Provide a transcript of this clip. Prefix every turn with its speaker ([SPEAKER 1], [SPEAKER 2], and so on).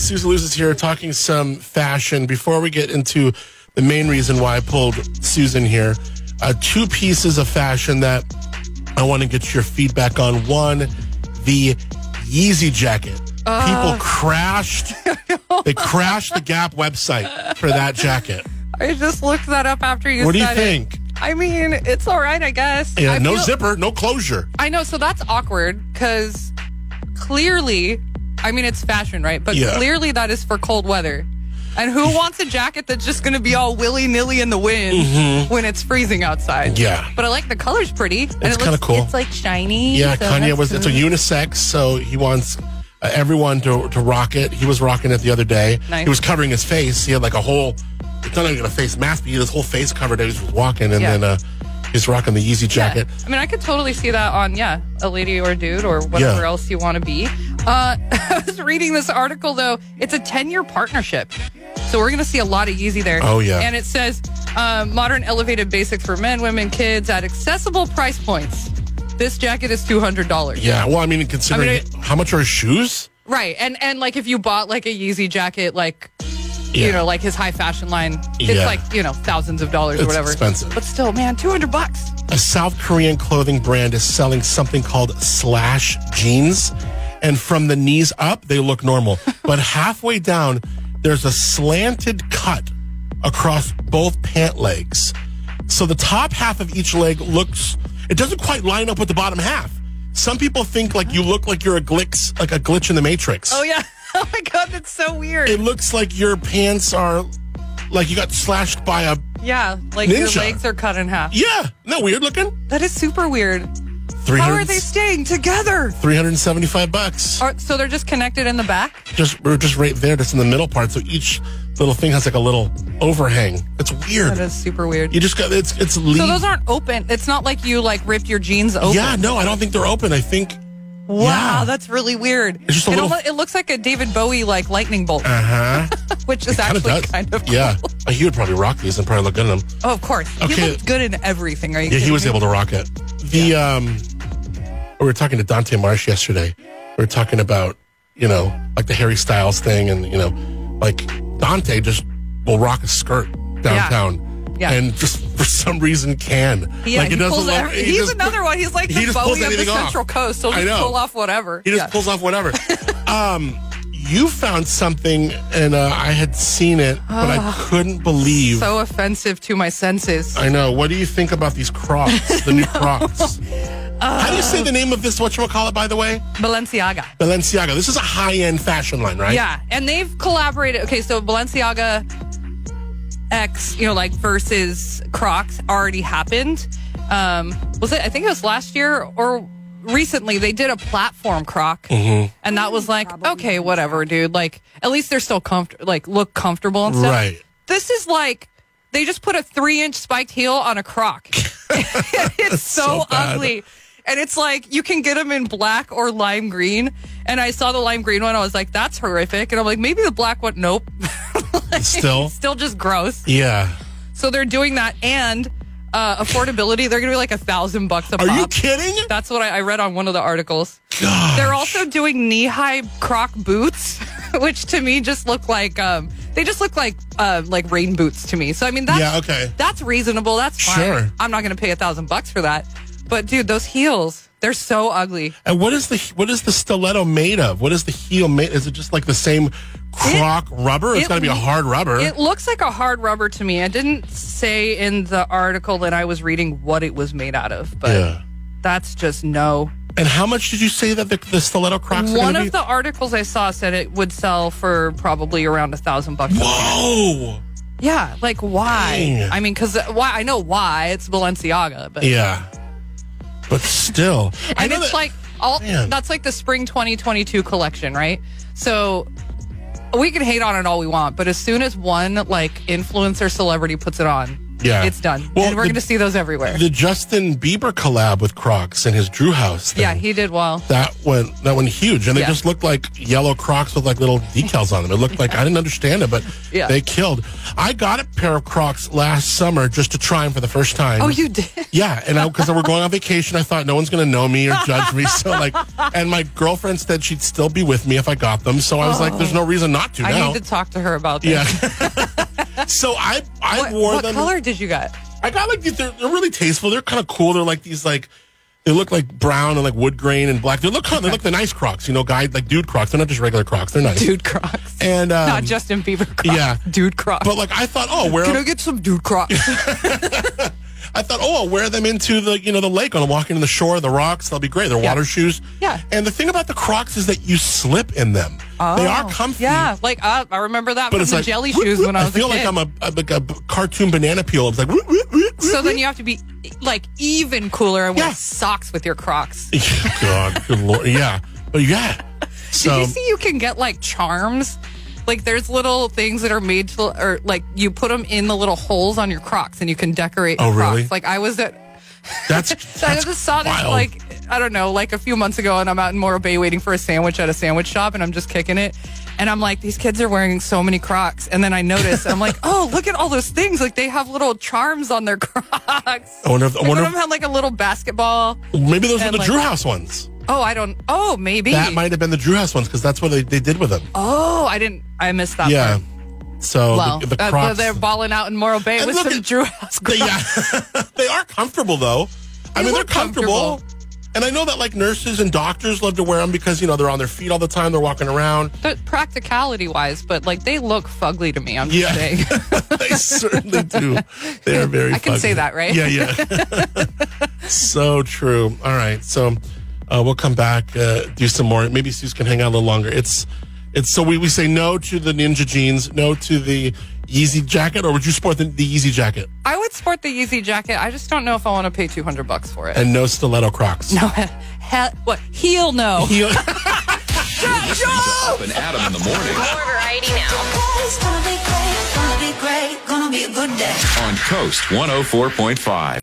[SPEAKER 1] Susan Loses here talking some fashion. Before we get into the main reason why I pulled Susan here, uh, two pieces of fashion that I want to get your feedback on. One, the Yeezy jacket. People crashed. they crashed the Gap website for that jacket.
[SPEAKER 2] I just looked that up after you
[SPEAKER 1] What do you
[SPEAKER 2] said it.
[SPEAKER 1] think?
[SPEAKER 2] I mean, it's all right, I guess.
[SPEAKER 1] Yeah,
[SPEAKER 2] I
[SPEAKER 1] no
[SPEAKER 2] feel-
[SPEAKER 1] zipper, no closure.
[SPEAKER 2] I know, so that's awkward because clearly, I mean, it's fashion, right? But
[SPEAKER 1] Yeah.
[SPEAKER 2] clearly, that is for cold weather. And who wants a jacket that's just going to be all willy nilly in the wind when it's freezing outside?
[SPEAKER 1] Mm-hmm. Yeah.
[SPEAKER 2] But I like the color's pretty. and
[SPEAKER 1] It's
[SPEAKER 2] it
[SPEAKER 1] kinda
[SPEAKER 2] looks-
[SPEAKER 1] cool.
[SPEAKER 2] It's like shiny.
[SPEAKER 1] Yeah,
[SPEAKER 2] so
[SPEAKER 1] Kanye
[SPEAKER 2] that's
[SPEAKER 1] was. It's a
[SPEAKER 2] cool.
[SPEAKER 1] unisex, so he wants uh, everyone to, to rock it. He was rocking it the other day.
[SPEAKER 2] Nice.
[SPEAKER 1] He was covering his face. He had like a whole. It's not even a face mask, but he had his whole face covered. as He was walking, and
[SPEAKER 2] Yeah.
[SPEAKER 1] then uh, he's rocking the Yeezy jacket.
[SPEAKER 2] I mean, I could totally see that on, yeah, a lady or dude or whatever
[SPEAKER 1] Yeah.
[SPEAKER 2] else you want to be. Uh, I was reading this article, though. It's a 10 year partnership. So we're going to see a lot of Yeezy there.
[SPEAKER 1] Oh, yeah.
[SPEAKER 2] And it says uh, modern elevated basics for men, women, kids at accessible price points. This jacket is $200.
[SPEAKER 1] Yeah. Well, I mean, considering
[SPEAKER 2] I mean,
[SPEAKER 1] how much are his shoes?
[SPEAKER 2] Right. And, and like if you bought like a Yeezy jacket, like,
[SPEAKER 1] Yeah.
[SPEAKER 2] you know, like his high fashion line, it's
[SPEAKER 1] Yeah.
[SPEAKER 2] like, you know, thousands of dollars
[SPEAKER 1] It's
[SPEAKER 2] or whatever.
[SPEAKER 1] expensive.
[SPEAKER 2] But still, man, 200 bucks.
[SPEAKER 1] A South Korean clothing brand is selling something called slash jeans. And from the knees up, they look normal. but halfway down, there's a slanted cut across both pant legs. So the top half of each leg looks, it doesn't quite line up with the bottom half. Some people think like you look like you're a glitch, like a glitch in the matrix.
[SPEAKER 2] Oh, yeah. Oh, my God. That's so weird.
[SPEAKER 1] It looks like your pants are like you got slashed by a,
[SPEAKER 2] Yeah, like
[SPEAKER 1] Ninja.
[SPEAKER 2] your legs are cut in half.
[SPEAKER 1] yeah, no weird looking?
[SPEAKER 2] That is super weird. How are they staying together?
[SPEAKER 1] 375 bucks.
[SPEAKER 2] Are, so they're just connected in the back?
[SPEAKER 1] just we're just right there, just in the middle part. So each little thing has like a little overhang. It's
[SPEAKER 2] That
[SPEAKER 1] weird.
[SPEAKER 2] is super weird.
[SPEAKER 1] You just got it's it's lead.
[SPEAKER 2] So those aren't open. It's not like you like ripped your jeans open.
[SPEAKER 1] yeah, no, I don't think they're open. I think
[SPEAKER 2] Wow,
[SPEAKER 1] yeah.
[SPEAKER 2] that's really weird.
[SPEAKER 1] It's just a
[SPEAKER 2] it,
[SPEAKER 1] little-
[SPEAKER 2] almo- it looks like a David Bowie like lightning bolt,
[SPEAKER 1] uh huh.
[SPEAKER 2] which is
[SPEAKER 1] Kind of
[SPEAKER 2] actually
[SPEAKER 1] does.
[SPEAKER 2] kind of cool.
[SPEAKER 1] yeah. Like, he would probably rock these and probably look good in them.
[SPEAKER 2] Oh, of course.
[SPEAKER 1] Okay.
[SPEAKER 2] He looked good in everything. Are you?
[SPEAKER 1] Yeah, he
[SPEAKER 2] kidding
[SPEAKER 1] was
[SPEAKER 2] me?
[SPEAKER 1] able to rock it. The um, we were talking to Dante Marsh yesterday. We were talking about you know like the Harry Styles thing, and you know like Dante just will rock a skirt downtown,
[SPEAKER 2] Yeah.
[SPEAKER 1] and just for some reason can
[SPEAKER 2] Yeah,
[SPEAKER 1] like
[SPEAKER 2] he pulls
[SPEAKER 1] look-
[SPEAKER 2] every-
[SPEAKER 1] he
[SPEAKER 2] he's
[SPEAKER 1] just-
[SPEAKER 2] another one. He's like
[SPEAKER 1] he
[SPEAKER 2] the
[SPEAKER 1] just pulls
[SPEAKER 2] Bowie of the
[SPEAKER 1] anything off.
[SPEAKER 2] Central Coast. He'll
[SPEAKER 1] I
[SPEAKER 2] just
[SPEAKER 1] know.
[SPEAKER 2] pull off whatever.
[SPEAKER 1] He just
[SPEAKER 2] yeah.
[SPEAKER 1] pulls off whatever. um, you found something, and uh, I had seen it, but I couldn't believe.
[SPEAKER 2] Ah. so offensive to my senses.
[SPEAKER 1] I know. What do you think about these Crocs, the new Crocs? How do you say the name of this? What you call it, by the way?
[SPEAKER 2] Balenciaga.
[SPEAKER 1] Balenciaga. This is a high-end fashion line, right?
[SPEAKER 2] Yeah, and they've collaborated. Okay, so Balenciaga X, you know, like versus Crocs already happened. Um, was it? I think it was last year or recently. They did a platform Croc,
[SPEAKER 1] Mm-hmm.
[SPEAKER 2] and that was like, okay, whatever, dude. Like, at least they're still comfortable, like look comfortable and stuff.
[SPEAKER 1] Right.
[SPEAKER 2] This is like. They just put a three inch spiked heel on a croc. it's so,
[SPEAKER 1] so bad.
[SPEAKER 2] ugly. And it's like you can get them in black or lime green. And I saw the lime green one. I was like, that's horrific. And I'm like, maybe the black one. Nope.
[SPEAKER 1] Still.
[SPEAKER 2] Still just gross.
[SPEAKER 1] Yeah.
[SPEAKER 2] So they're doing that and uh, affordability. They're gonna be like a thousand bucks a
[SPEAKER 1] Are
[SPEAKER 2] pop.
[SPEAKER 1] you kidding?
[SPEAKER 2] That's what I, I read on one of the articles.
[SPEAKER 1] God.
[SPEAKER 2] They're also doing knee high croc boots, which to me just look like um, they just look like uh, like rain boots to me. So I mean that's
[SPEAKER 1] Yeah, okay.
[SPEAKER 2] that's reasonable. That's fine.
[SPEAKER 1] Sure.
[SPEAKER 2] I'm not gonna pay a thousand bucks for that. But dude, those heels, they're so ugly.
[SPEAKER 1] And what is the what is the stiletto made of? What is the heel made? Is it just like the same Croc rubber? It's
[SPEAKER 2] it
[SPEAKER 1] got to be a
[SPEAKER 2] loo-
[SPEAKER 1] hard rubber.
[SPEAKER 2] It looks like a hard rubber to me. I didn't say in the article that I was reading what it was made out of, but
[SPEAKER 1] Yeah.
[SPEAKER 2] that's just no.
[SPEAKER 1] and how much did you say that the, the stiletto Crocs? are
[SPEAKER 2] One
[SPEAKER 1] gonna
[SPEAKER 2] of
[SPEAKER 1] be?
[SPEAKER 2] the articles I saw said it would sell for probably around a thousand bucks.
[SPEAKER 1] Whoa.
[SPEAKER 2] Yeah, like why?
[SPEAKER 1] Dang.
[SPEAKER 2] I mean, because why? I know why it's Balenciaga, but
[SPEAKER 1] Yeah. But still, I
[SPEAKER 2] and
[SPEAKER 1] know
[SPEAKER 2] it's
[SPEAKER 1] that-
[SPEAKER 2] like all
[SPEAKER 1] Man.
[SPEAKER 2] that's like the spring 2022 collection, right? So we can hate on it all we want, but as soon as one like influencer celebrity puts it on,
[SPEAKER 1] Yeah.
[SPEAKER 2] It's done.
[SPEAKER 1] Well,
[SPEAKER 2] and we're
[SPEAKER 1] the-
[SPEAKER 2] going to see those everywhere.
[SPEAKER 1] The Justin Bieber collab with Crocs and his Drew House. Thing,
[SPEAKER 2] yeah, he did well.
[SPEAKER 1] that went that went huge, and they
[SPEAKER 2] Yeah.
[SPEAKER 1] just looked like yellow Crocs with like little decals on them. It looked like I didn't understand it, but
[SPEAKER 2] Yeah.
[SPEAKER 1] they killed. I got a pair of Crocs last summer just to try them for the first time.
[SPEAKER 2] Oh, you did?
[SPEAKER 1] Yeah, and because we're going on vacation, I thought no one's going to know me or judge me. So like, and my girlfriend said she'd still be with me if I got them. So I was like, there's no reason not to
[SPEAKER 2] Oh. I
[SPEAKER 1] now.
[SPEAKER 2] need to talk to her about this.
[SPEAKER 1] yeah. so I I
[SPEAKER 2] What,
[SPEAKER 1] wore
[SPEAKER 2] what
[SPEAKER 1] them.
[SPEAKER 2] color did you get?
[SPEAKER 1] I got like these. They're, they're really tasteful. They're kind of cool. They're like these like. They look like brown and like wood grain and black. They look kind of, they look the nice Crocs, you know, guy like dude Crocs. They're not just regular Crocs. They're nice.
[SPEAKER 2] Dude Crocs.
[SPEAKER 1] And um,
[SPEAKER 2] Not Justin Bieber Crocs.
[SPEAKER 1] yeah.
[SPEAKER 2] Dude Crocs.
[SPEAKER 1] But like I thought, oh, where
[SPEAKER 2] Can I get some Dude Crocs?
[SPEAKER 1] I thought, oh, I'll wear them into the you know the lake on walking to the shore, the rocks. They'll be great. They're water shoes.
[SPEAKER 2] Yeah.
[SPEAKER 1] And the thing about the Crocs is that you slip in them. They are comfy.
[SPEAKER 2] Oh, Yeah, like uh, I remember that
[SPEAKER 1] But
[SPEAKER 2] from
[SPEAKER 1] it's
[SPEAKER 2] the
[SPEAKER 1] like
[SPEAKER 2] jelly
[SPEAKER 1] whoop,
[SPEAKER 2] shoes
[SPEAKER 1] whoop.
[SPEAKER 2] when I was
[SPEAKER 1] feel
[SPEAKER 2] a
[SPEAKER 1] like
[SPEAKER 2] kid.
[SPEAKER 1] I'm a, a- like a b- cartoon banana peel. It's like whoop, whoop, whoop,
[SPEAKER 2] so then you have to be like even cooler and wear
[SPEAKER 1] Yeah.
[SPEAKER 2] socks with your Crocs.
[SPEAKER 1] whoop. God, good lord, yeah, but yeah. So
[SPEAKER 2] Did you see you can get like charms? Like there's little things that are made to, or like you put them in the little holes on your Crocs and you can decorate.
[SPEAKER 1] Oh,
[SPEAKER 2] your Crocs.
[SPEAKER 1] really?
[SPEAKER 2] Like I was at
[SPEAKER 1] that's,
[SPEAKER 2] So I
[SPEAKER 1] that's
[SPEAKER 2] just saw this
[SPEAKER 1] wild.
[SPEAKER 2] like I don't know, like a few months ago, and I'm out in Morro Bay waiting for a sandwich at a sandwich shop, and I'm just kicking it, and I'm like, these kids are wearing so many Crocs, and then I notice, I'm like, oh, look at all those things, like they have little charms on their Crocs.
[SPEAKER 1] I wonder if I
[SPEAKER 2] Like, one
[SPEAKER 1] wonder
[SPEAKER 2] of them had like a little basketball.
[SPEAKER 1] if, maybe those were
[SPEAKER 2] and,
[SPEAKER 1] the
[SPEAKER 2] like-
[SPEAKER 1] Drew House ones.
[SPEAKER 2] Oh, I don't. Oh, maybe.
[SPEAKER 1] That might have been the Drew House ones because that's what they, they did with them.
[SPEAKER 2] oh, I didn't. I missed that.
[SPEAKER 1] yeah.
[SPEAKER 2] Part.
[SPEAKER 1] So
[SPEAKER 2] Well,
[SPEAKER 1] the, the
[SPEAKER 2] uh,
[SPEAKER 1] Crocs.
[SPEAKER 2] they're balling out in Morro Bay
[SPEAKER 1] And
[SPEAKER 2] with
[SPEAKER 1] look
[SPEAKER 2] some
[SPEAKER 1] at-
[SPEAKER 2] Drew House.
[SPEAKER 1] They, yeah, they are comfortable though. I
[SPEAKER 2] They
[SPEAKER 1] mean, they're
[SPEAKER 2] look
[SPEAKER 1] comfortable.
[SPEAKER 2] comfortable.
[SPEAKER 1] And I know that like nurses and doctors love to wear them because you know they're on their feet all the time. They're walking around.
[SPEAKER 2] Practicality wise, but like they look fugly to me. I'm just
[SPEAKER 1] Yeah.
[SPEAKER 2] saying.
[SPEAKER 1] they certainly do. They are very.
[SPEAKER 2] I can
[SPEAKER 1] fuzzy.
[SPEAKER 2] say that, right?
[SPEAKER 1] Yeah, yeah. so true. All right, so uh, we'll come back, uh, do some more. Maybe Suze can hang out a little longer. It's, it's. So we, we say no to the ninja jeans, no to the Yeezy jacket, or would you sport the, the Yeezy jacket
[SPEAKER 2] I would sport the Yeezy jacket. I just don't know if I want to pay 200 bucks for it.
[SPEAKER 1] and no stiletto Crocs?
[SPEAKER 2] no, he- what? Heel no.
[SPEAKER 1] Heel-
[SPEAKER 3] Up and Adam in the morning
[SPEAKER 4] More variety now.
[SPEAKER 5] It's gonna be great, gonna be great, gonna be a good day.
[SPEAKER 3] oh on Coast 104.5.